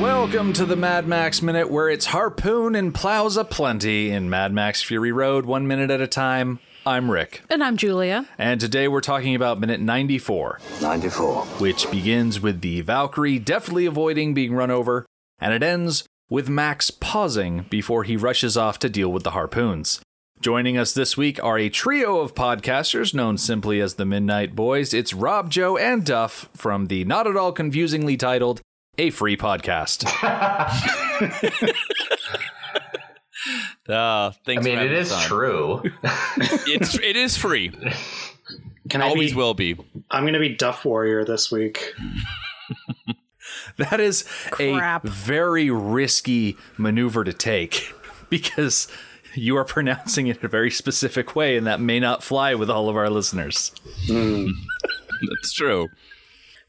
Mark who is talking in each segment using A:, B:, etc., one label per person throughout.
A: Welcome to the Mad Max Minute, where it's harpoon and plows aplenty in Mad Max Fury Road, one minute at a time. I'm Rick,
B: And I'm Julia.
A: and today we're talking about minute 94,
C: 94.
A: which begins with the Valkyrie deftly avoiding being run over, and it ends with Max pausing before he rushes off to deal with the harpoons. Joining us this week are a trio of podcasters known simply as the Midnight Boys. It's Rob, Joe, and Duff from the not at all confusingly titled A Free Podcast.
D: Uh,
C: I
D: thanks
C: mean,
D: for
C: it
D: having
C: is
D: us on.
C: true.
D: It's it is free.
E: Can I
D: Always
E: be,
D: will be.
E: I'm going to be Duff Warrior this week.
A: That is
B: Crap.
A: a very risky maneuver to take because you are pronouncing it a very specific way, and that may not fly with all of our listeners.
D: That's true.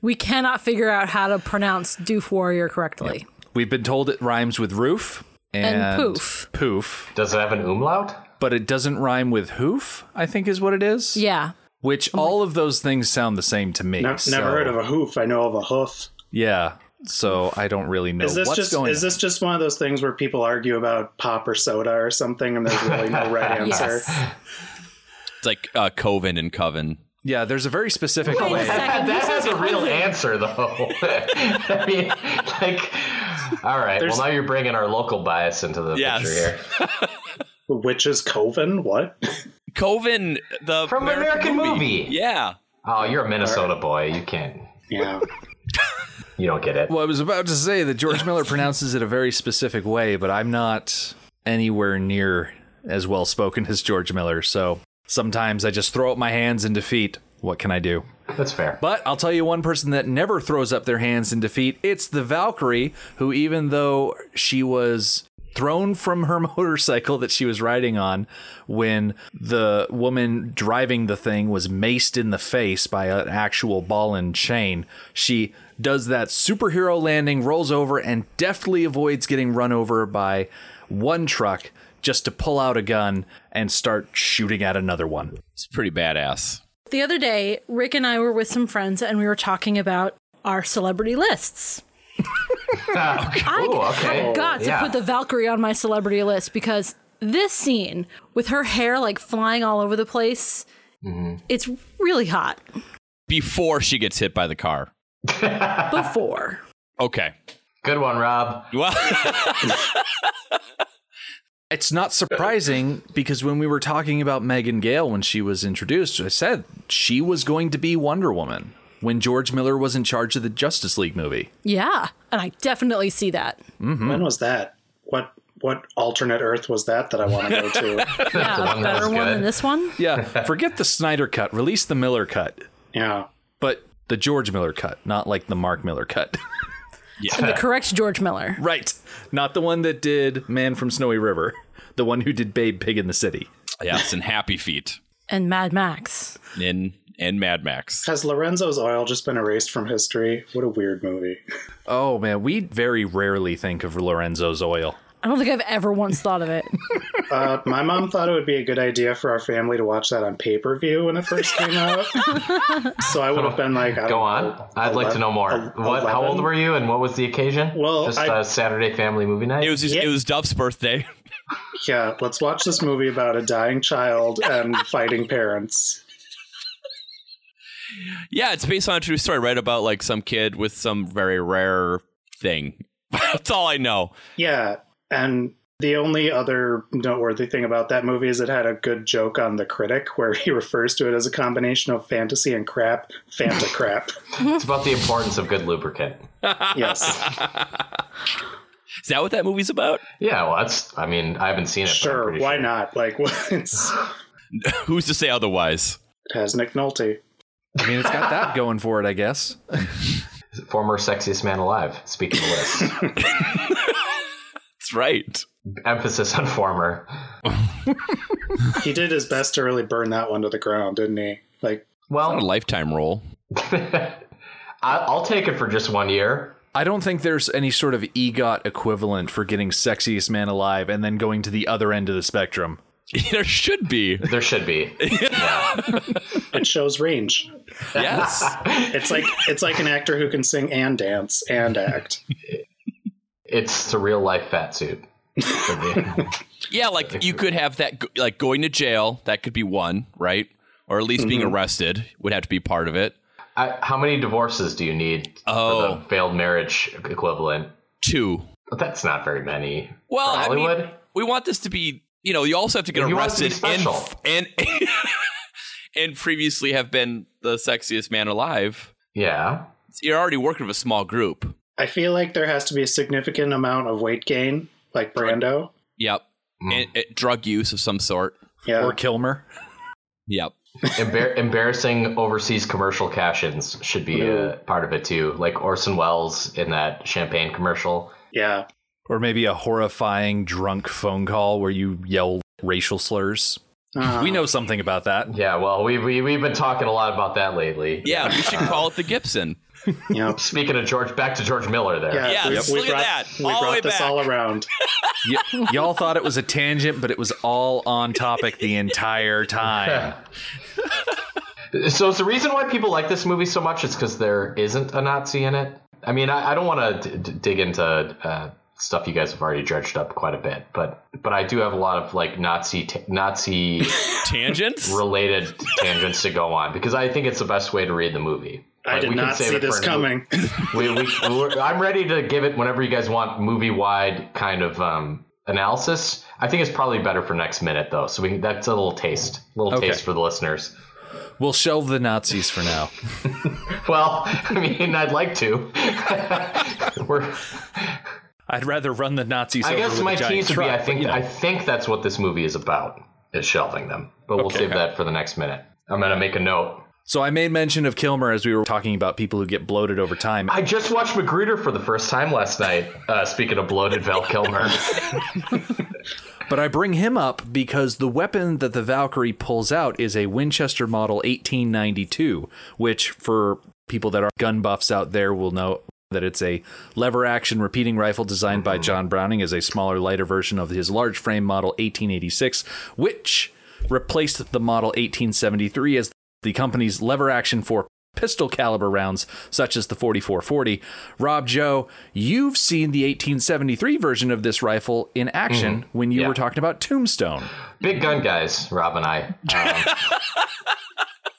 B: We cannot figure out how to pronounce Doof Warrior correctly.
A: We've been told it rhymes with roof and,
B: And poof.
A: poof,
C: Does it have an umlaut?
A: but it doesn't rhyme with hoof. I think is what it is.
B: Yeah.
A: Which all of those things sound the same to me.
E: No,
A: so-
E: Never heard of a hoof. I know of a hoof.
A: Yeah. So I don't really know
E: Is this
A: what's
E: just
A: going.
E: is this just one of those things where people argue about pop or soda or something, and there's really no right answer?
B: Yes.
D: It's like uh, coven and coven.
A: on. Yeah, there's a very specific
B: Wait a
A: way.
B: sec.
C: That,
B: Second,
C: that
B: this
C: has
B: is
C: a real
B: cousin.
C: answer, though. I mean, like, all right.
E: There's-
C: well, now you're bringing our local bias into the
D: Yes.
C: picture here.
E: Witch's coven? What?
D: Coven the
C: From an American movie.
D: Yeah.
C: Oh, you're a Minnesota boy. You can't.
E: Yeah.
C: You don't get it.
A: Well, I was about to say that George Miller pronounces it a very specific way, but I'm not anywhere near as well spoken as George Miller. So sometimes I just throw up my hands in defeat. What can I do?
C: That's fair.
A: But I'll tell you one person that never throws up their hands in defeat. It's the Valkyrie, who, even though she was thrown from her motorcycle that she was riding on when the woman driving the thing was maced in the face by an actual ball and chain, she does that superhero landing, rolls over, and deftly avoids getting run over by one truck just to pull out a gun and start shooting at another one.
D: It's pretty badass.
B: The other day, Rick and I were with some friends and we were talking about our celebrity lists.
C: Ooh, Ah, okay.
B: I've got to
C: yeah.
B: put the Valkyrie on my celebrity list because this scene with her hair like flying all over the place,
C: Mm-hmm.
B: it's really hot
D: Before she gets hit by the car.
B: before.
D: Okay.
C: Good one, Rob.
D: Well
A: It's not surprising because when we were talking about Megan Gale when she was introduced, I said she was going to be Wonder Woman when George Miller was in charge of the Justice League movie.
B: yeah. And I definitely see that.
E: When was that? What what alternate Earth was that that I want to go
B: Yeah.
E: to?
C: one
B: a
C: that was
B: better one
C: good.
B: than this one.
A: Yeah, forget the Snyder cut, release the Miller cut,
E: yeah.
A: but the George Miller cut, not like the Mark Miller cut.
B: And the correct George Miller.
A: right, not the one that did Man from Snowy River, the one who did Babe Pig in the City.
D: Yes, and Happy Feet.
B: and Mad Max.
D: In in Mad Max.
E: Has Lorenzo's oil just been erased from history? What a weird movie.
A: Oh man, we very rarely think of Lorenzo's Oil.
B: I don't think I've ever once thought of it.
E: Uh, my mom thought it would be a good idea for our family to watch that on pay per view when it first came out. so I would have been like, I don't
C: Go on.
E: know,
C: I'd like to know more.
E: ele-
C: What? How
E: 11?
C: old were you, and what was the occasion?
E: Well,
C: just
E: I-
C: a Saturday family movie night.
D: It was just, it was Duff's birthday.
E: Yeah, let's watch this movie about a dying child and fighting parents.
D: Yeah, it's based on a true story, right? About like some kid with some very rare thing. That's all I know.
E: Yeah, and the only other noteworthy thing about that movie is it had a good joke on the critic where he refers to it as a combination of fantasy and crap, Fanta crap.
C: It's about the importance of good lubricant.
E: Yes,
D: Is that what that movie's about?
C: Yeah, well, that's. I mean, I haven't seen it. but I'm
E: sure,
C: pretty
E: why not? Like, it's,
D: Who's to say otherwise?
E: it has Nick Nolte.
A: I mean, it's got that going for it, I guess.
C: Former sexiest man alive. Speaking of list,
D: That's right.
C: emphasis on former.
E: He did his best to really burn that one to the ground, didn't he? Like,
D: Not a
C: Well,
D: lifetime role.
C: I, I'll take it for just one year.
A: I don't think there's any sort of EGOT equivalent for getting sexiest man alive and then going to the other end of the spectrum.
D: there should be.
C: There should be.
E: it shows range.
D: Yes.
E: It's like it's like an actor who can sing and dance and act.
C: It's the real life fat suit. For me.
D: Yeah, like you could have that, go- like going to jail. That could be one, right? Or at least being
C: Mm-hmm.
D: arrested would have to be part of it.
C: I, how many divorces do you need
D: Oh.
C: for the failed marriage equivalent?
D: Two.
C: That's not very many.
D: Well,
C: For
D: I mean,
C: Hollywood?
D: we want this to be. You know, you also have to get
C: You want it to be
D: arrested and
C: special.
D: and and previously have been the sexiest man alive.
C: yeah.
D: You're already working with a small group.
E: I feel like there has to be a significant amount of weight gain, like Brando.
D: Yep.
C: Mm.
D: And, and drug use of some sort.
E: Yeah.
A: or Kilmer.
D: Yep.
C: Embar- embarrassing overseas commercial cash-ins should be a part of it too, like Orson Welles in that champagne commercial.
E: yeah.
A: Or maybe a horrifying drunk phone call where you yell racial slurs.
E: Uh,
A: We know something about that.
C: Yeah, well, we, we we've been talking a lot about that lately.
D: Yeah, we should call it the Gibson.
E: Yep.
C: Speaking of George, back to George Miller there.
E: Um, Yeah,
D: Yeah,
E: we,
D: yep.
E: we
D: look at
E: brought,
D: that.
E: We
D: All the
E: brought
D: way
E: this
D: back.
E: all around.
A: Y- y'all thought it was a tangent, but it was all on topic the entire time.
C: So is the reason why people like this movie so much is because there isn't a Nazi in it? I mean, I, I don't want to d- d- dig into uh, stuff you guys have already dredged up quite a bit, but but I do have a lot of like Nazi t- Nazi
D: Tangents.
C: related tangents to go on because I think it's the best way to read the movie.
E: I
C: Like,
E: did
C: we can
E: not
C: save
E: see
C: it for
E: this
C: another-
E: coming.
C: we, we, we're- I'm ready to give it whenever you guys want movie wide kind of um, analysis. I think it's probably better for next minute though, so we can, that's a little taste, little
A: Okay.
C: taste for the listeners.
A: We'll shelve the Nazis for now.
C: Well, I mean, I'd like to. we're,
A: I'd rather run the Nazis
C: I
A: over
C: guess
A: with
C: my
A: a giant
C: tease would be
A: truck,
C: I
A: but,
C: think
A: you know.
C: I think that's what this movie is about is shelving them, but we'll save that for the next minute. I'm gonna make a note.
A: so I made mention of Kilmer as we were talking about people who get bloated over time.
C: I just watched Magruder for the first time last night. Uh, speaking of bloated Val Kilmer.
A: But I bring him up because the weapon that the Valkyrie pulls out is a Winchester Model 1892, which for people that are gun buffs out there will know that it's a lever action repeating rifle designed by John Browning as a smaller, lighter version of his large frame Model 1886, which replaced the Model 1873 as the company's lever action for pistol caliber rounds such as the 4440. Rob Joe, you've seen the 1873 version of this rifle in action when you
C: Yeah.
A: were talking about Tombstone.
C: Big gun guys, Rob and I. Um,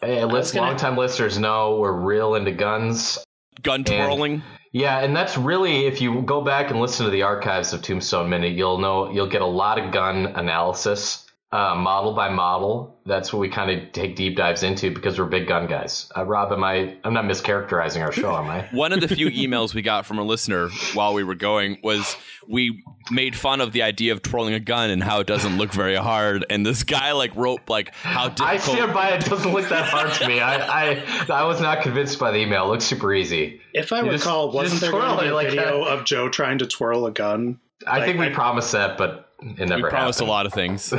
C: hey, list, longtime listeners know we're real into guns.
D: Gun twirling.
C: Yeah, and that's really if you go back and listen to the archives of Tombstone Minute, you'll know you'll get a lot of gun analysis, uh, model by model. That's what we kind of take deep dives into because we're big gun guys. Uh, Rob, am I? I'm not mischaracterizing our show, am I?
D: One of the few emails we got from a listener while we were going was we made fun of the idea of twirling a gun and how it doesn't look very hard. And this guy like wrote like how
C: I
D: difficult.
C: stand by it. Doesn't look that hard to me. I, I I was not convinced by the email. It looks super easy.
E: If I
C: You just-
E: recall,
C: you
E: wasn't
C: just
E: there going
C: twirl
E: to be
C: it
E: a
C: like
E: video of Joe trying to twirl a gun?
C: I think we
E: Like-
C: promised that, but it never
D: we
C: happened.
D: promised a lot of things.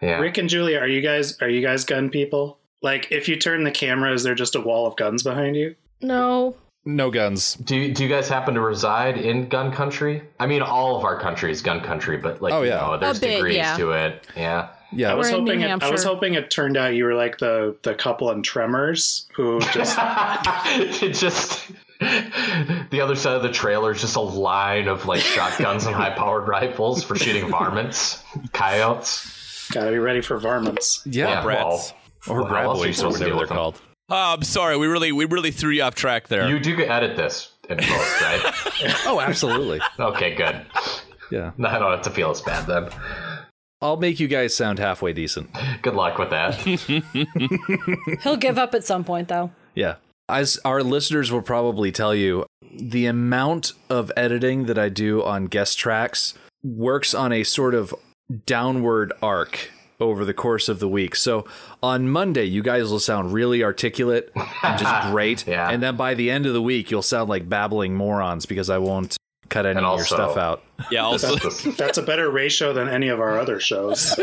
C: Yeah.
E: Rick and Julia, are you guys are you guys gun people? Like, if you turn the camera, is there just a wall of guns behind you?
B: No.
A: No guns.
C: Do you, do you guys happen to reside in gun country? I mean, all of our country is gun country, but like,
A: Oh,
C: you
A: yeah.
C: know, there's
B: A bit,
C: degrees
B: yeah.
C: to it. Yeah.
E: I
A: Yeah.
E: was
B: We're in New
E: hoping it, I was
B: Hampshire.
E: hoping it turned out you were like the the couple in Tremors who just
C: it just the other side of the trailer is just a line of like shotguns and high powered rifles for shooting varmints, coyotes.
E: gotta be ready for varmints.
A: yeah.
D: brats.
C: well,
A: Or
C: well, how else are you
A: graboids or
C: supposed
A: whatever
C: to deal
A: they're
C: with them?
A: called.
D: Oh, I'm sorry. We really we really threw you off track there.
C: You do edit this in post, right?
A: Oh, absolutely.
C: okay, good.
A: yeah.
C: I don't have to feel as bad then.
A: I'll make you guys sound halfway decent.
C: Good luck with that.
B: He'll give up at some point, though.
A: Yeah. As our listeners will probably tell you, the amount of editing that I do on guest tracks works on a sort of downward arc over the course of the week. So on Monday, you guys will sound really articulate and just great.
C: Yeah.
A: And then by the end of the week, you'll sound like babbling morons because I won't cut any
C: And
A: of your
C: also-
A: stuff out.
D: yeah. Also,
E: That's a better ratio than any of our other shows.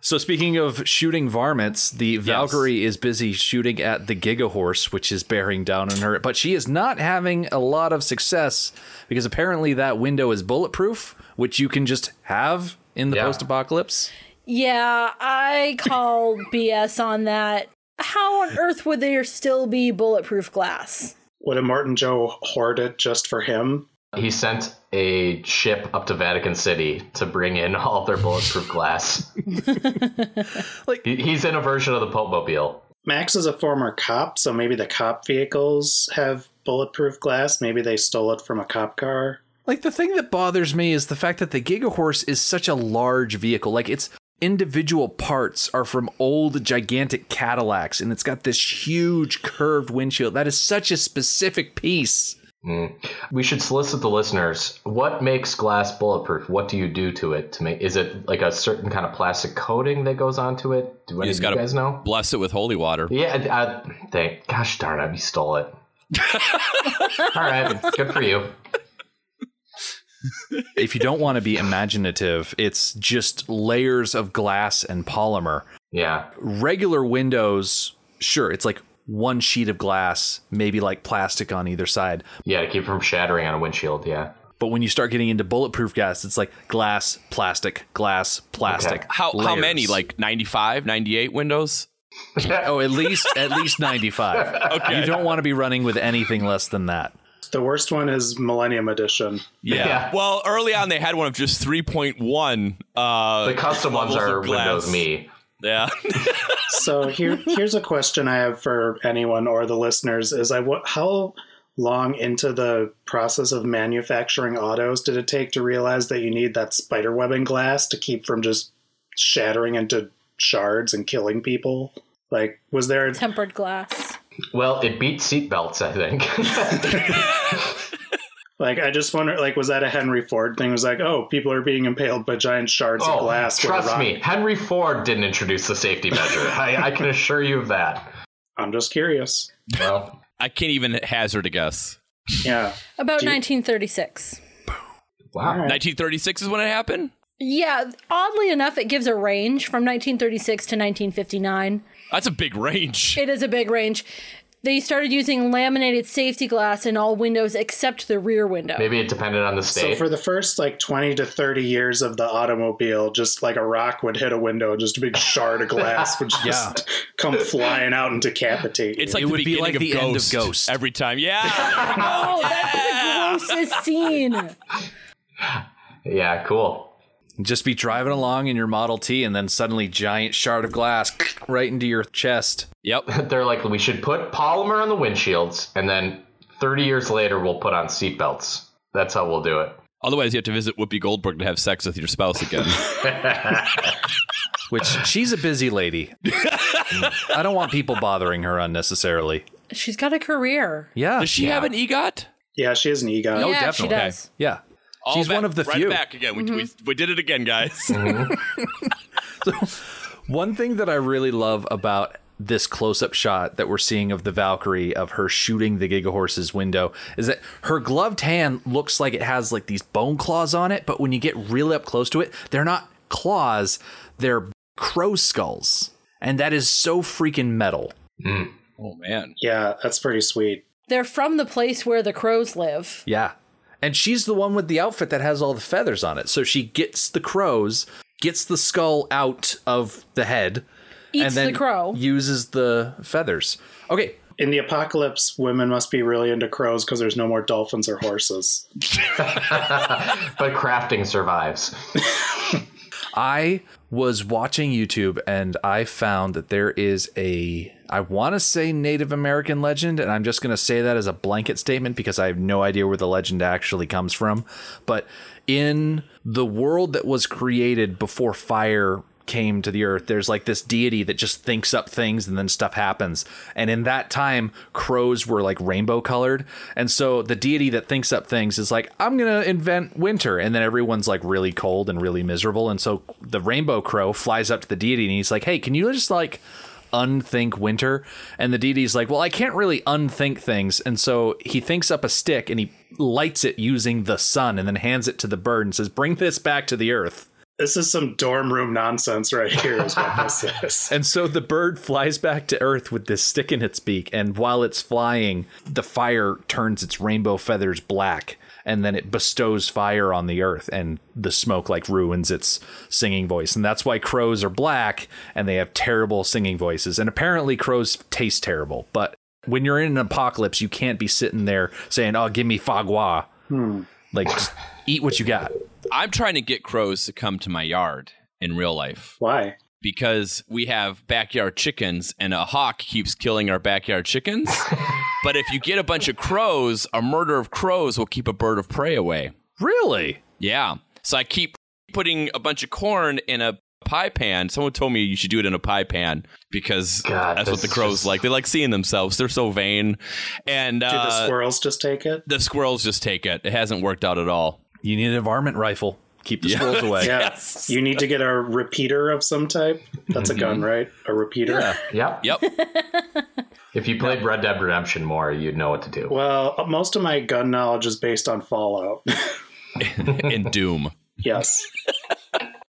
A: So speaking of shooting varmints, the Valkyrie is busy shooting at the Gigahorse, which is bearing down on her, but she is not having a lot of success because apparently that window is bulletproof, which you can just have in the
C: Yeah.
A: post-apocalypse.
B: Yeah, I call BS on that. How on earth would there still be bulletproof glass?
E: Would a Martin Joe hoard it just for him?
C: He sent a ship up to Vatican City to bring in all their bulletproof glass.
A: Like-
C: like he's in a version of the Pope Mobile.
E: Max is a former cop, so maybe the cop vehicles have bulletproof glass. Maybe they stole it from a cop car.
A: Like the thing that bothers me is the fact that the Gigahorse is such a large vehicle. Like its individual parts are from old gigantic Cadillacs and it's got this huge curved windshield. That is such a specific piece.
C: We should solicit the listeners. What makes glass bulletproof? What do you do to it to make? Is it like a certain kind of plastic coating that goes onto it? Do any of
D: just
C: you
D: gotta-
C: guys know?
D: Bless it with holy water.
C: Yeah, I, I think. Gosh darn it, you stole it. All right, good for you.
A: If you don't want to be imaginative, it's just layers of glass and polymer.
C: Yeah,
A: regular windows, sure, it's like one sheet of glass, maybe like plastic on either side.
C: yeah, to keep it from shattering on a windshield. Yeah,
A: But when you start getting into bulletproof gas, it's like glass, plastic, glass, plastic.
C: Okay.
D: How how
A: layers.
D: many? Like 95, 98 windows?
A: Oh, at least at least 95.
D: Okay.
A: You don't want to be running with anything less than that.
E: The worst one is Millennium Edition.
A: Yeah.
C: yeah.
D: Well, early on they had one of just 3.1 uh
C: The custom ones
D: levels
C: are
D: of glass.
C: Windows Me.
D: Yeah.
E: So here, here's a question I have for anyone or the listeners: Is I what? How long into the process of manufacturing autos did it take to realize that you need that spider webbing glass to keep from just shattering into shards and killing people? Like, was there?
B: Tempered glass.
C: Well, it beat seatbelts, I think.
E: Like, I just wonder. Like, was that a Henry Ford thing? It was like, oh, people are being impaled by giant shards of glass. with a
C: Oh, Trust
E: rock.
C: me, Henry Ford didn't introduce the safety measure. I, I can assure you of that.
E: I'm just curious.
C: Well,
D: I can't even hazard a guess.
E: Yeah.
B: About
E: Do you-
B: 1936.
C: wow.
D: 1936 is when it happened?
B: Yeah, oddly enough, it gives a range from 1936 to 1959.
D: That's a big range.
B: It is a big range. They started using laminated safety glass in all windows except the rear window.
C: Maybe it depended on the
E: So
C: state.
E: for the first like 20 to 30 years of the automobile, just like a rock would hit a window, just a big shard of glass would just
A: Yeah.
E: come flying out and decapitate. you.
D: It's like
A: It
D: the
A: would be
D: beginning
A: like
D: of,
A: the
D: Ghost
A: end of Ghost.
D: every time. Yeah.
B: Oh, that's the grossest scene.
C: yeah, cool.
A: Just be driving along in your Model T and then suddenly giant shard of glass right into your chest.
D: yep.
C: They're like, we should put polymer on the windshields, and then 30 years later, we'll put on seatbelts. That's how we'll do it.
D: Otherwise, you have to visit Whoopi Goldberg to have sex with your spouse again.
A: Which she's a busy lady. I don't want people bothering her unnecessarily.
B: She's got a career.
A: Yeah.
D: Does she have an EGOT?
E: Yeah, she is an EGOT.
B: yeah,
A: definitely.
B: she does.
A: Yeah. She's
D: back-
A: one of the
D: right
A: few.
D: back again. We, we, we did it again, guys.
A: One thing that I really love about this close-up shot that we're seeing of the Valkyrie of her shooting the Gigahorse's window is that her gloved hand looks like it has like these bone claws on it, but when you get really up close to it, they're not claws, they're crow skulls. And that is so freaking metal.
D: oh man.
E: Yeah, that's pretty sweet.
B: They're from the place where the crows live.
A: Yeah. And she's the one with the outfit that has all the feathers on it. So she gets the crows, gets the skull out of the head,
B: Eats
A: and then
B: the crow.
A: uses the feathers. Okay,
E: In the apocalypse, women must be really into crows because there's no more dolphins or horses.
C: But crafting survives.
A: I was watching YouTube and I found that there is a I want to say Native American legend and I'm just going to say that as a blanket statement because I have no idea where the legend actually comes from, but in the world that was created before fire came to the earth, there's like this deity that just thinks up things and then stuff happens. And in that time, crows were like rainbow colored. And so the deity that thinks up things is like, I'm going to invent winter. And then everyone's like really cold and really miserable. And so the rainbow crow flies up to the deity and he's like, hey, can you just like unthink winter? And the deity's like, well, I can't really unthink things. And so he thinks up a stick and he lights it using the sun and then hands it to the bird and says, bring this back to the earth.
E: This is some dorm room nonsense right here, is what this is.
A: And so the bird flies back to Earth with this stick in its beak, and while it's flying, the fire turns its rainbow feathers black, and then it bestows fire on the Earth, and the smoke like ruins its singing voice. And that's why crows are black, and they have terrible singing voices. And apparently, crows taste terrible, but when you're in an apocalypse, you can't be sitting there saying, "Oh, give me fagua." Like, just eat what you got.
D: I'm trying to get crows to come to my yard in real life
E: Why?
D: because we have backyard chickens and a hawk keeps killing our backyard chickens. but if you get a bunch of crows, a murder of crows will keep a bird of prey away.
A: Really?
D: Yeah. So I keep putting a bunch of corn in a pie pan. Someone told me you should do it in a pie pan because
C: God,
D: that's what
C: this
D: the
C: is
D: crows
C: just-
D: like. They like seeing themselves. They're so vain. And
E: Do the
D: uh,
E: squirrels just take it?
D: the squirrels just take it. It hasn't worked out at all.
A: You need an varmint rifle. Keep the
D: Yeah.
A: squirrels away.
E: Yeah.
D: Yes. Mm-hmm.
E: You need to get a repeater of some type. That's a gun, right? A repeater.
C: Yep.
D: Yep.
C: If you played Red Dead Redemption more, you'd know what to do.
E: Well, most of my gun knowledge is based on Fallout.
D: and Doom.
E: yes.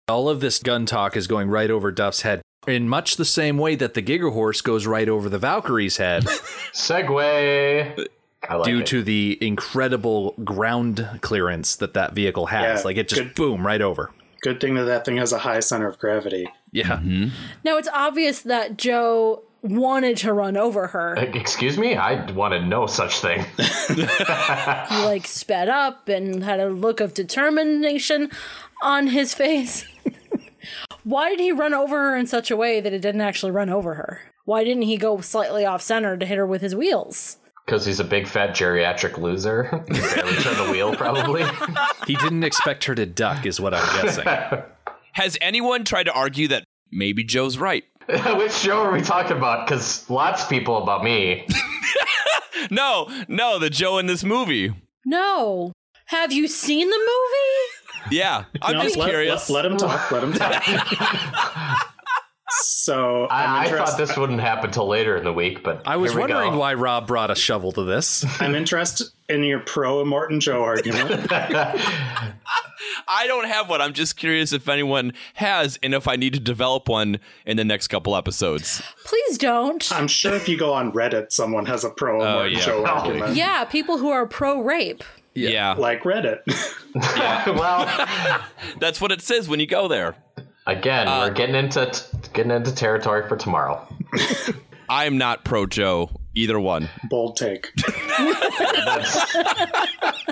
A: All of this gun talk is going right over Duff's head in much the same way that the Giga Horse goes right over the Valkyrie's head
C: Segway. I like
A: due
C: it.
A: to the incredible ground clearance that that vehicle has.
E: Yeah,
A: like, it just
E: good-
A: boom right over.
E: Good thing that that thing has a high center of gravity.
A: Yeah.
B: Now it's obvious that Joe wanted to run over her.
C: Excuse me, I wanted no such thing.
B: He like sped up and had a look of determination on his face. Why did he run over her in such a way that it didn't actually run over her? Why didn't he go slightly off center to hit her with his wheels?
C: Because he's a big fat geriatric loser. He barely turned the wheel, probably.
A: He didn't expect her to duck, is what I'm guessing.
D: Has anyone tried to argue that maybe Joe's right?
C: Which show are we talking about? Because lots of people about me.
D: No, no, the Joe in this movie.
B: No. Have you seen the movie?
D: Yeah. I'm
E: No,
D: just
E: let,
D: curious.
E: Let, let him talk. Let him talk. so I'm,
C: I, I
E: interest-
C: thought this wouldn't happen till later in the week, but
A: I was
C: here we go.
A: wondering why Rob brought a shovel to this.
E: I'm interested in your pro Morton Joe argument.
D: I don't have one. I'm just curious if anyone has and if I need to develop one in the next couple episodes.
B: Please don't.
E: I'm sure if you go on Reddit, someone has a pro Morton
D: Oh, yeah,
E: Joe
D: probably.
E: argument.
B: yeah, people who are pro rape.
D: Yeah.
E: Like Reddit.
C: well,
D: That's what it says when you go there.
C: again,
B: Uh,
C: we're getting into t- getting into territory for tomorrow.
D: I'm not pro Joe, either one.
E: Bold take.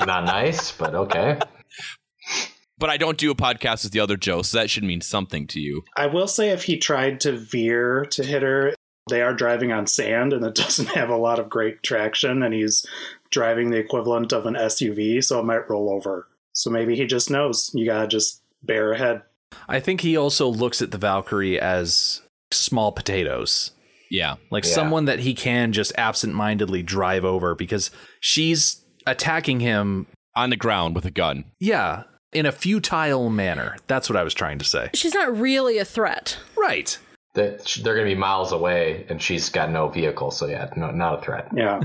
C: Not nice, but okay.
D: But I don't do a podcast with the other Joe, so that should mean something to you.
E: I will say if he tried to veer to hit her, they are driving on sand and it doesn't have a lot of great traction and he's driving the equivalent of an SUV, so it might roll over. So maybe he just knows you gotta just bear ahead.
A: I think he also looks at the Valkyrie as small potatoes,
D: Yeah.
A: like
C: Yeah.
A: someone that he can just absentmindedly drive over because she's attacking him,
D: On the ground with a gun.
A: yeah, in a futile manner. That's what I was trying to say.
B: She's not really a threat.
A: Right.
C: They're, they're going to be miles away, and she's got no vehicle, so yeah, no, not a threat.
E: Yeah.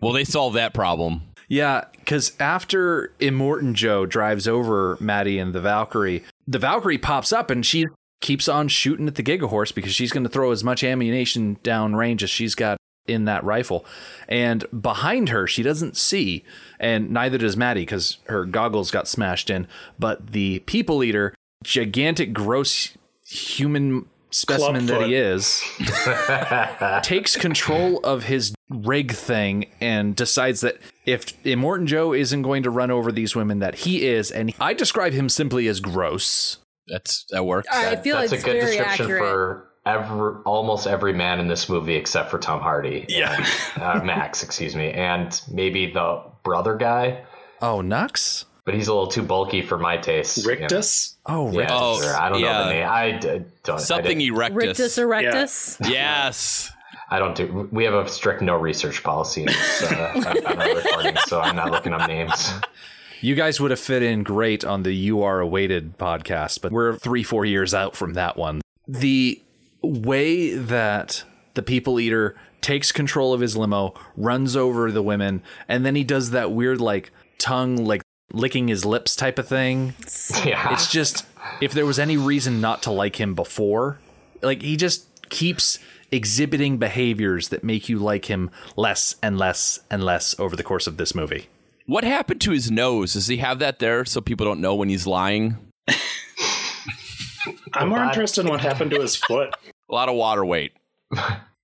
D: Well, they solved that problem.
A: Yeah, because after Immortan Joe drives over Maddie and the Valkyrie, the Valkyrie pops up and she keeps on shooting at the Giga Horse because she's going to throw as much ammunition down range as she's got in that rifle. And behind her, she doesn't see, and neither does Maddie because her goggles got smashed in. But the People Eater, gigantic, gross human specimen that
E: Clubfoot.
A: he is takes control of his rig thing and decides that if Immortan Joe isn't going to run over these women, that he is, and I describe him simply as gross.
D: That's that works.
B: I feel
C: That's
B: like it's
C: a good
B: very
C: description
B: accurate.
C: for every, almost every man in this movie except for Tom Hardy. Yeah. uh, Max, excuse me. And maybe the brother guy,
A: Oh, Nux?
C: but he's a little too bulky for my taste. you know.
E: Rictus?
A: Oh,
C: Yeah,
A: right.
D: Oh,
C: sure. I don't know
D: yeah.
C: the name. I d- don't.
D: Something
C: I, didn't-
D: erectus.
B: Rictus erectus.
D: yes.
C: I don't do. We have a strict no research policy in this, uh, on- on our recording, so I'm not looking up names.
A: You guys would have fit in great on the You Are Awaited podcast, but we're three, four years out from that one. The way that the People Eater takes control of his limo, runs over the women, and then he does that weird, like, tongue, like, licking his lips type of thing.
C: Yeah.
A: It's just if there was any reason not to like him before, like he just keeps exhibiting behaviors that make you like him less and less and less over the course of this movie.
D: What happened to his nose? Does he have that there so people don't know when he's lying?
E: I'm more interested in what happened to his foot.
D: A lot of water weight.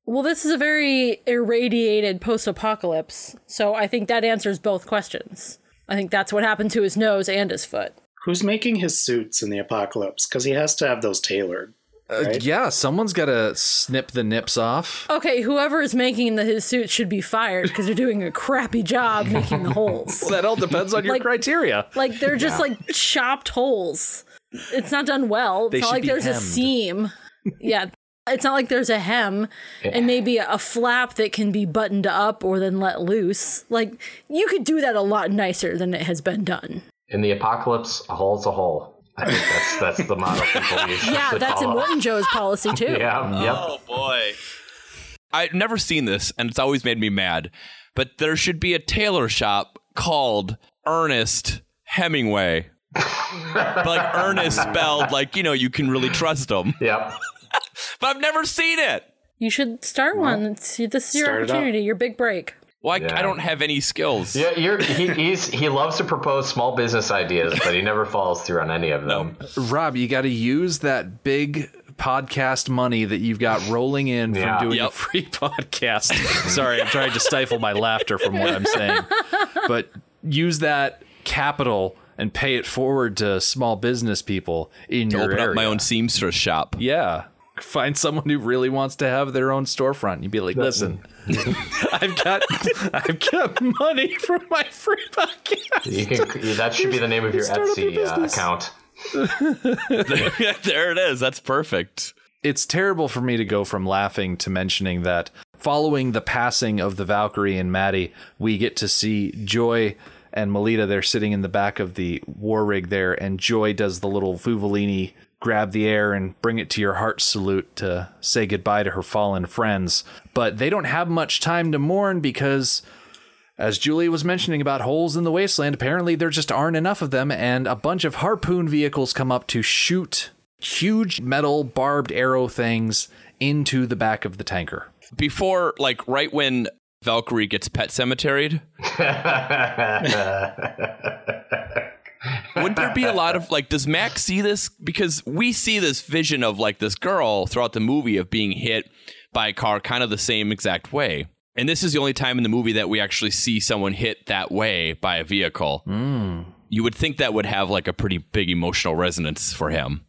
B: Well, this is a very irradiated post apocalypse, so I think that answers both questions. I think that's what happened to his nose and his foot.
E: Who's making his suits in the apocalypse? Because he has to have those tailored.
A: Uh,
E: Right?
A: Yeah, someone's got to snip the nips off.
B: Okay, whoever is making the, his suit should be fired because they're doing a crappy job making the holes.
A: That all depends on your
B: Like-
A: criteria.
B: Like they're just like chopped holes. It's not done well. It's
A: They
B: not
A: should
B: like
A: be
B: there's a
A: hemmed.
B: seam. Yeah. It's not like there's a hem and maybe a flap that can be buttoned up or then let loose. Like you could do that a lot nicer than it has been done.
C: In the apocalypse, a hole's a hole. I think that's that's the motto people usually
B: Yeah, that's in
C: follow.
B: Morton Joe's policy too.
C: Yeah, yep.
D: Oh boy. I've never seen this, and it's always made me mad. But there should be a tailor shop called Ernest Hemingway. but like Ernest spelled like, you know, you can really trust him.
C: Yep.
D: But I've never seen it.
B: You should start one. It's, this is your
E: Start it up.
B: opportunity, your big break.
D: Well, I,
C: Yeah.
D: I don't have any skills.
C: Yeah, you're, he, he's, he loves to propose small business ideas, but he never follows through on any of them.
A: Rob, you got to use that big podcast money that you've got rolling in
C: Yeah.
A: from doing
D: Yep.
A: a free podcast. Sorry, I'm trying to stifle my laughter from what I'm saying. But use that capital and pay it forward to small business people in your
D: Open
A: area.
D: up my own seamstress shop.
A: Yeah. Find someone who really wants to have their own storefront. You'd be like, listen, I've got I've got money from my free podcast.
C: You can, that should be the name of your
A: start up your
C: Etsy uh,
A: business.
C: account.
D: there it is. That's perfect.
A: It's terrible for me to go from laughing to mentioning that following the passing of the Valkyrie and Maddie, we get to see Joy and Melita. They're sitting in the back of the war rig there, and Joy does the little Vuvalini grab the air and bring it to your heart salute to say goodbye to her fallen friends. But they don't have much time to mourn because As Julie was mentioning about holes in the wasteland, apparently there just aren't enough of them, and a bunch of harpoon vehicles come up to shoot huge metal barbed arrow things into the back of the tanker.
D: Before, like, right when Valkyrie gets pet cemeteried, wouldn't there be a lot of like does max see this because we see this vision of like this girl throughout the movie of being hit by a car kind of the same exact way and this is the only time in the movie that we actually see someone hit that way by a vehicle you would think that would have like a pretty big emotional resonance for him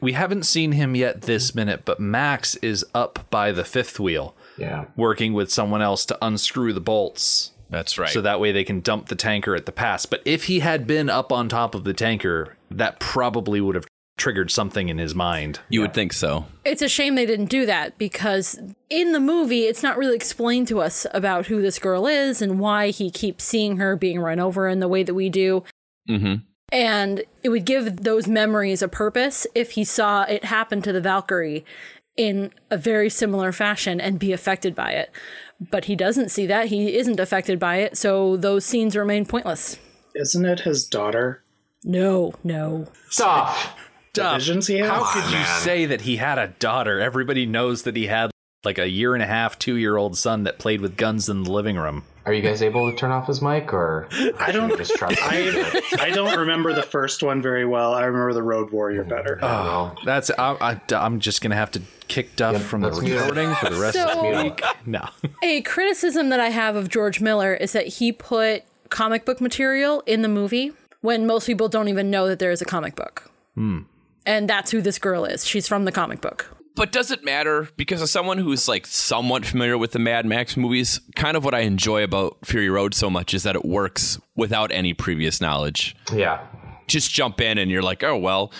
A: We haven't seen him yet this minute, but Max is up by the fifth wheel,
C: Yeah.
A: working with someone else to unscrew the bolts.
D: that's right
A: So that way they can dump the tanker at the pass. But if he had been up on top of the tanker, that probably would have triggered something in his mind.
D: you would think so
B: It's a shame they didn't do that because in the movie, it's not really explained to us about who this girl is and why he keeps seeing her being run over in the way that we do.
D: mm-hmm
B: And it would give those memories a purpose if he saw it happen to the Valkyrie in a very similar fashion and be affected by it. But he doesn't see that. He isn't affected by it. So those scenes remain pointless.
E: Isn't it his daughter?
B: No, no.
C: Stop.
A: Duff,
E: visions he has?
A: How
D: Oh,
E: Come
A: could you say that he had a daughter? Everybody knows that he had like a year and a half, two year old son that played with guns in the living room.
C: Are you guys able to turn off his mic, or I
E: don't-
C: just trust him?
E: I don't remember the first one very well. I remember the Road Warrior better.
A: Oh.
C: No.
A: That's I, I, am just gonna have to kick Duff from the
C: that's me.
A: recording for the rest of
B: So-
A: the week. No,
B: A criticism that I have of George Miller is that he put comic book material in the movie when most people don't even know that there is a comic book. And that's who this girl is. She's from the comic book.
D: But does it matter? Because as someone who's like somewhat familiar with the Mad Max movies, kind of what I enjoy about Fury Road so much is that it works without any previous knowledge.
C: Yeah.
D: Just jump in and you're like, oh well,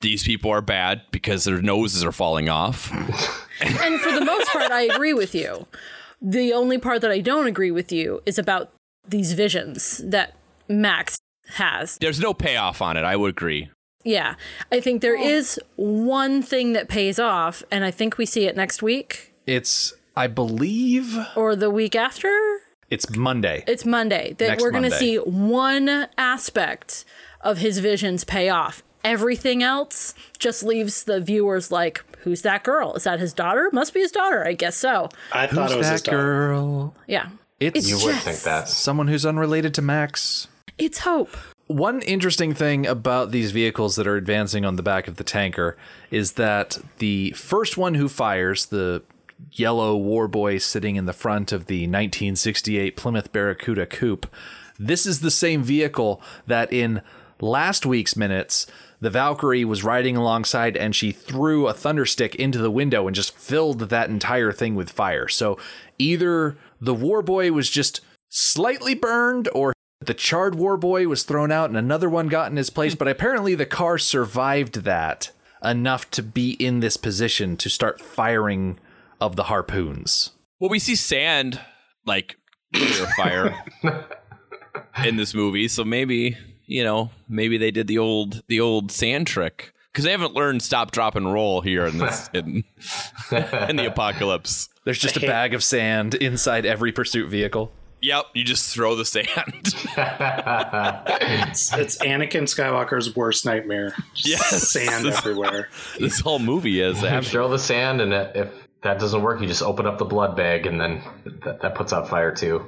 D: these people are bad because their noses are falling off.
B: And for the most part, I agree with you. The only part that I don't agree with you is about these visions that Max has.
D: There's no payoff on it. I would agree.
B: Yeah. I think there is one thing that pays off, and I think we see it next week
A: it's I believe
B: or the week after.
A: it's Monday.
B: It's Monday that
A: Next
B: we're going to
A: Monday.
B: see one aspect of his visions pay off. Everything else just leaves the viewers like, who's that girl? Is that his daughter? Must be his daughter. I guess so.
E: I thought
A: Who's
E: it was his
A: that
E: daughter.
A: girl?
B: Yeah.
A: It's
B: It's
C: You would think that.
A: someone who's unrelated to Max.
B: It's hope.
A: One interesting thing about these vehicles that are advancing on the back of the tanker is that the first one who fires, the yellow war boy sitting in the front of the 1968 Plymouth Barracuda coupe. This is the same vehicle that in last week's minutes, the Valkyrie was riding alongside and she threw a thunderstick into the window and just filled that entire thing with fire. So either the war boy was just slightly burned or the charred war boy was thrown out and another one got in his place, but apparently the car survived that enough to be in this position to start firing of the harpoons.
D: Well, we see sand like clear fire in this movie, so maybe you know maybe they did the old the old sand trick because they haven't learned stop, drop, and roll here in this in, in the apocalypse.
A: There's just a bag of sand inside every pursuit vehicle.
D: Yep, you just throw the sand.
E: It's, it's Anakin Skywalker's worst nightmare. Just
D: Yes.
E: Sand everywhere.
D: this whole movie is.
C: You throw the sand, and it- if that doesn't work, you just open up the blood bag, and then that, that puts out fire too.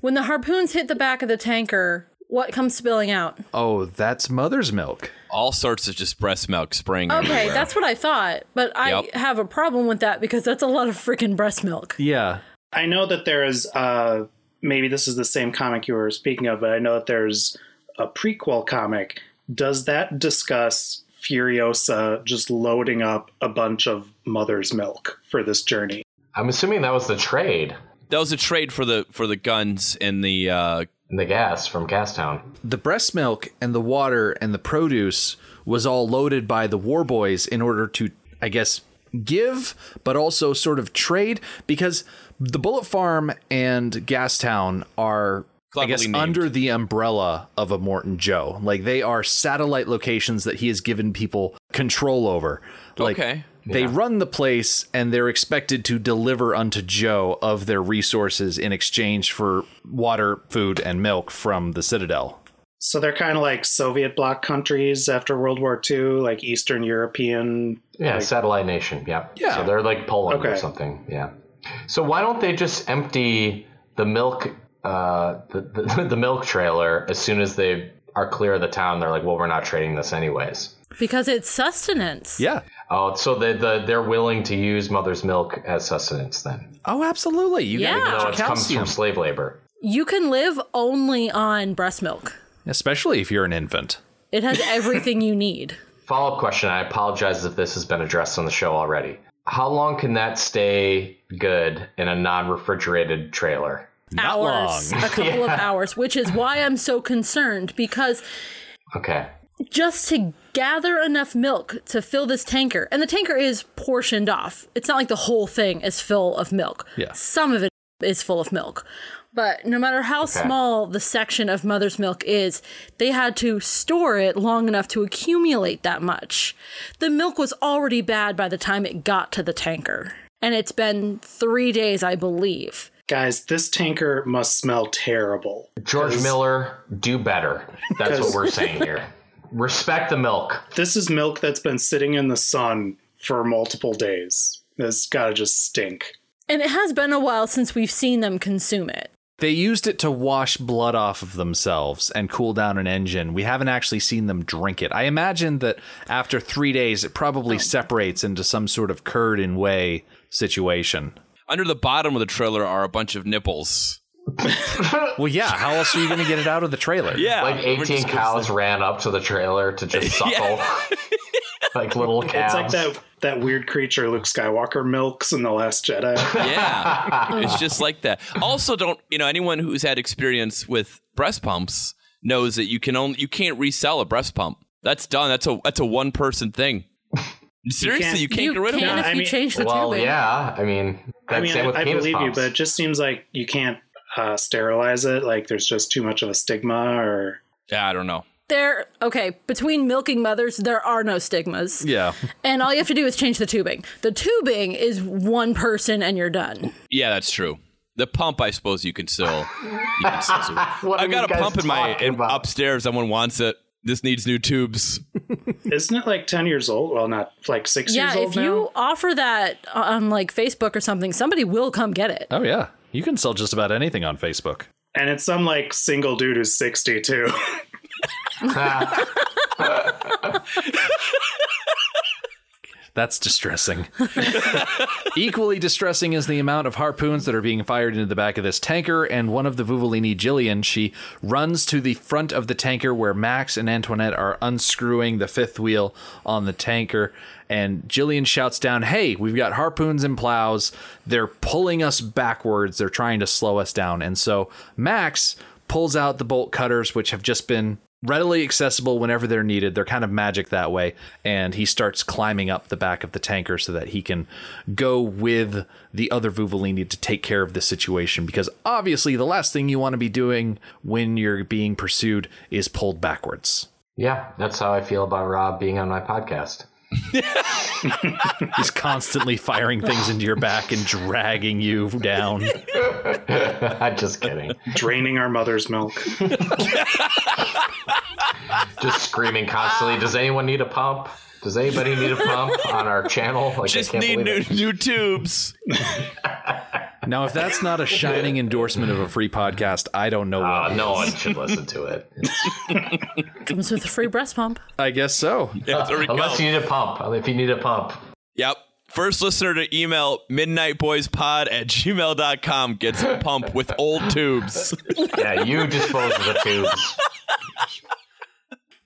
B: When the harpoons hit the back of the tanker, what comes spilling out?
A: Oh, that's mother's milk.
D: all sorts of just breast milk spraying
B: Okay,
D: everywhere.
B: that's what I thought, but I
D: Yep.
B: have a problem with that because that's a lot of freaking breast milk.
A: Yeah.
E: I know that there is uh, maybe this is the same comic you were speaking of, but I know that there's a prequel comic. Does that discuss Furiosa just loading up a bunch of mother's milk for this journey?
C: I'm assuming that was the trade
D: that was a trade for the for the guns and the uh,
C: in the gas from Gastown.
A: The breast milk and the water and the produce was all loaded by the war boys in order to, I guess, give, but also sort of trade because the Bullet Farm and Gastown are. I
D: Cleverly
A: guess
D: named.
A: under the umbrella of a Morton Joe. Like they are satellite locations that he has given people control over. Like
D: Okay.
A: they run the place and they're expected to deliver unto Joe of their resources in exchange for water, food, and milk from the Citadel.
E: So they're kind of like Soviet bloc countries after World War II, like Eastern European.
C: Yeah, satellite nation. Yeah.
A: Yeah.
C: So they're like Poland or
E: Okay.
C: something. Yeah. So why don't they just empty the milk, uh, the, the, the milk trailer as soon as they are clear of the town? They're like, well, we're not trading this anyways.
B: Because it's sustenance.
A: Yeah.
C: Oh, so they, the, they're willing to use mother's milk as sustenance then,
A: Oh, absolutely. You
B: Yeah.
A: gotta
C: though
A: get
C: Oh, it
A: your
C: comes
A: calcium.
C: from slave labor.
B: You can live only on breast milk.
A: Especially if you're an infant.
B: It has everything you need.
C: Follow up question. I apologize if this has been addressed on the show already. How long can that stay good in a non refrigerated trailer?
A: Not
B: hours,
A: long.
B: a couple of hours, which is why I'm so concerned because
C: Okay.
B: just to gather enough milk to fill this tanker, and the tanker is portioned off. It's not like the whole thing is full of milk.
A: Yeah.
B: Some of it is full of milk. But no matter how small the section of mother's milk is, they had to store it long enough to accumulate that much. The milk was already bad by the time it got to the tanker. And it's been three days, I believe.
E: Guys, this tanker must smell terrible.
C: George Miller, do better. That's what
E: Because-
C: we're saying here. Respect the milk.
E: This is milk that's been sitting in the sun for multiple days. It's got to just stink.
B: And it has been a while since we've seen them consume it.
A: They used it to wash blood off of themselves and cool down an engine. We haven't actually seen them drink it. I imagine that after three days, it
C: Oh.
A: probably separates into some sort of curd and whey situation.
D: under the bottom of the trailer are a bunch of nipples.
A: Well, yeah. How else are you going to get it out of the trailer?
D: Yeah,
C: Like 18 cows ran up to the trailer to just suckle. like little
E: It's
C: calves.
E: like that that weird creature Luke Skywalker milks in the Last Jedi.
D: Yeah, it's just like that. Also, don't you know anyone who's had experience with breast pumps knows that you can only you can't resell a breast pump. That's done. That's a that's a one person thing. Seriously,
E: can't-
D: you can't,
B: you
D: get rid
B: can
D: of
B: if
D: it.
E: I
B: you
E: mean-
B: change the
C: Well,
B: tubing.
C: yeah. I mean, that's
E: I mean,
C: same
E: I,
C: with
E: I
C: penis
E: believe you,
C: pumps.
E: but it just seems like you can't uh, sterilize it. Like there's just too much of a stigma, or
D: Yeah, I don't know.
B: There, okay, between milking mothers, there are no stigmas.
A: Yeah.
B: And all you have to do is change the tubing. The tubing is one person and you're done.
D: Yeah, that's true. The pump, I suppose you can still. You can still
C: What are
D: I've got
C: you
D: a
C: guys
D: pump in my
C: talking
D: in,
C: about?
D: upstairs. Someone wants it. This needs new tubes.
E: isn't it like ten years old? Well, not like six
B: yeah,
E: years old
B: if
E: now.
B: you offer that on like Facebook or something, somebody will come get it.
A: Oh, yeah. You can sell just about anything on Facebook.
E: And it's some like single dude who's sixty two.
C: Ah,
A: That's distressing. Equally distressing is the amount of harpoons that are being fired into the back of this tanker, and one of the Vuvolini Jillian, she runs to the front of the tanker where Max and Antoinette are unscrewing the fifth wheel on the tanker, and Jillian shouts down, Hey, we've got harpoons and plows. They're pulling us backwards. They're trying to slow us down. And so Max pulls out the bolt cutters, which have just been readily accessible whenever they're needed. They're kind of magic that way. And he starts climbing up the back of the tanker so that he can go with the other Vuvolini to take care of the situation. Because obviously, the last thing you want to be doing when you're being pursued is pulled backwards.
C: Yeah, that's how I feel about Rob being on my podcast.
A: He's constantly firing things into your back and dragging you down.
C: I'm just kidding.
E: Draining our mother's milk.
C: Just screaming constantly. Does anyone need a pump? Does anybody need a pump on our channel? Like, I
D: Just
C: can't
D: need
C: believe it.
D: new, new tubes.
A: Now, if that's not a shining endorsement of a free podcast, I don't know what.
C: Uh, no one should listen to it.
B: Comes with a free breast pump.
A: I guess so.
D: Yeah, there we go.
C: Unless you need a pump. If you need a pump,
D: Yep. First listener to email midnightboyspod at gmail.com gets a pump with old tubes.
C: yeah, you dispose of the tubes.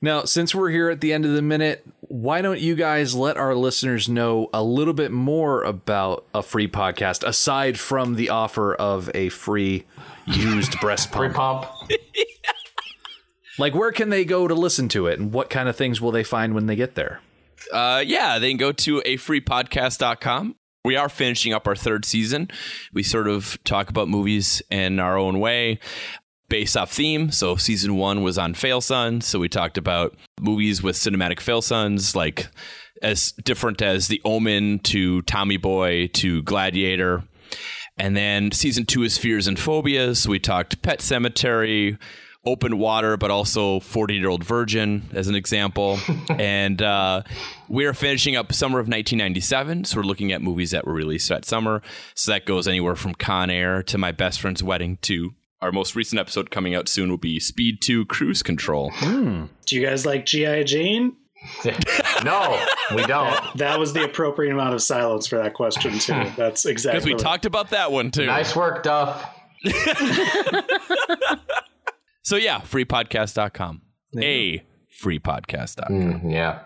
A: Now, since we're here at the end of the minute, why don't you guys let our listeners know a little bit more about a free podcast aside from the offer of a free used breast
C: Free
A: pump?
C: pump.
A: Like, where can they go to listen to it and what kind of things will they find when they get there?
D: Uh, yeah, they can go to a freepodcast.com. We are finishing up our third season. We sort of talk about movies in our own way based off theme. So season one was on fail sons. So we talked about movies with cinematic fail sons, like as different as The Omen to Tommy Boy to Gladiator. And then season two is fears and phobias. We talked Pet Cemetery, Open Water, but also 40 Year Old Virgin as an example. and uh, we are finishing up summer of 1997. So we're looking at movies that were released that summer. So that goes anywhere from Con Air to My Best Friend's Wedding to our most recent episode coming out soon will be Speed 2 Cruise Control.
E: Do you guys like G.I. Jane?
C: No, we don't.
E: That was the appropriate amount of silence for that question, too. That's
D: Because
E: exactly
D: we talked about that one too.
C: Nice work, Duff.
D: So yeah, freepodcast.com. A freepodcast.com.
C: Mm, yeah.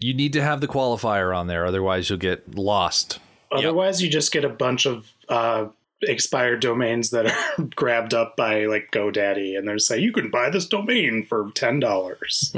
A: You need to have the qualifier on there, otherwise, you'll get lost.
E: Otherwise, you just get a bunch of uh, expired domains that are grabbed up by like GoDaddy, and they're just like, you can buy this domain for ten dollars.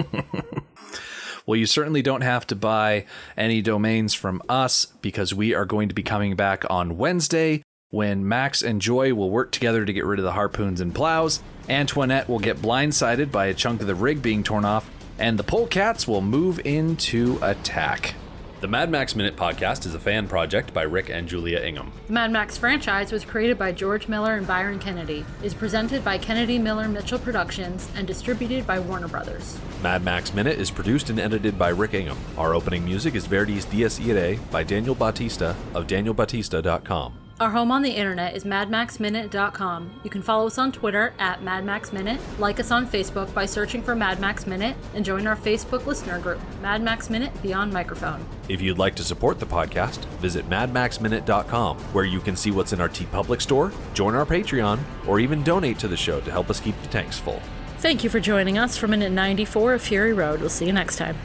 A: Well, you certainly don't have to buy any domains from us because we are going to be coming back on Wednesday when Max and Joy will work together to get rid of the harpoons and plows. Antoinette will get blindsided by a chunk of the rig being torn off, and the polecats will move into attack.
F: The Mad Max Minute podcast is a fan project by Rick and Julia Ingham.
B: The Mad Max franchise was created by George Miller and Byron Kennedy, is presented by Kennedy Miller Mitchell Productions, and distributed by Warner Brothers.
F: Mad Max Minute is produced and edited by Rick Ingham. Our opening music is Verdi's Dies Irae by Daniel Bautista of danielbautista.com.
B: Our home on the internet is madmaxminute.com. You can follow us on Twitter at madmaxminute, like us on Facebook by searching for Mad Max Minute, and join our Facebook listener group, Mad Max Minute Beyond Microphone.
F: If you'd like to support the podcast, visit madmaxminute.com where you can see what's in our T Public store, join our Patreon, or even donate to the show to help us keep the tanks full.
B: Thank you for joining us for Minute 94 of Fury Road. We'll see you next time.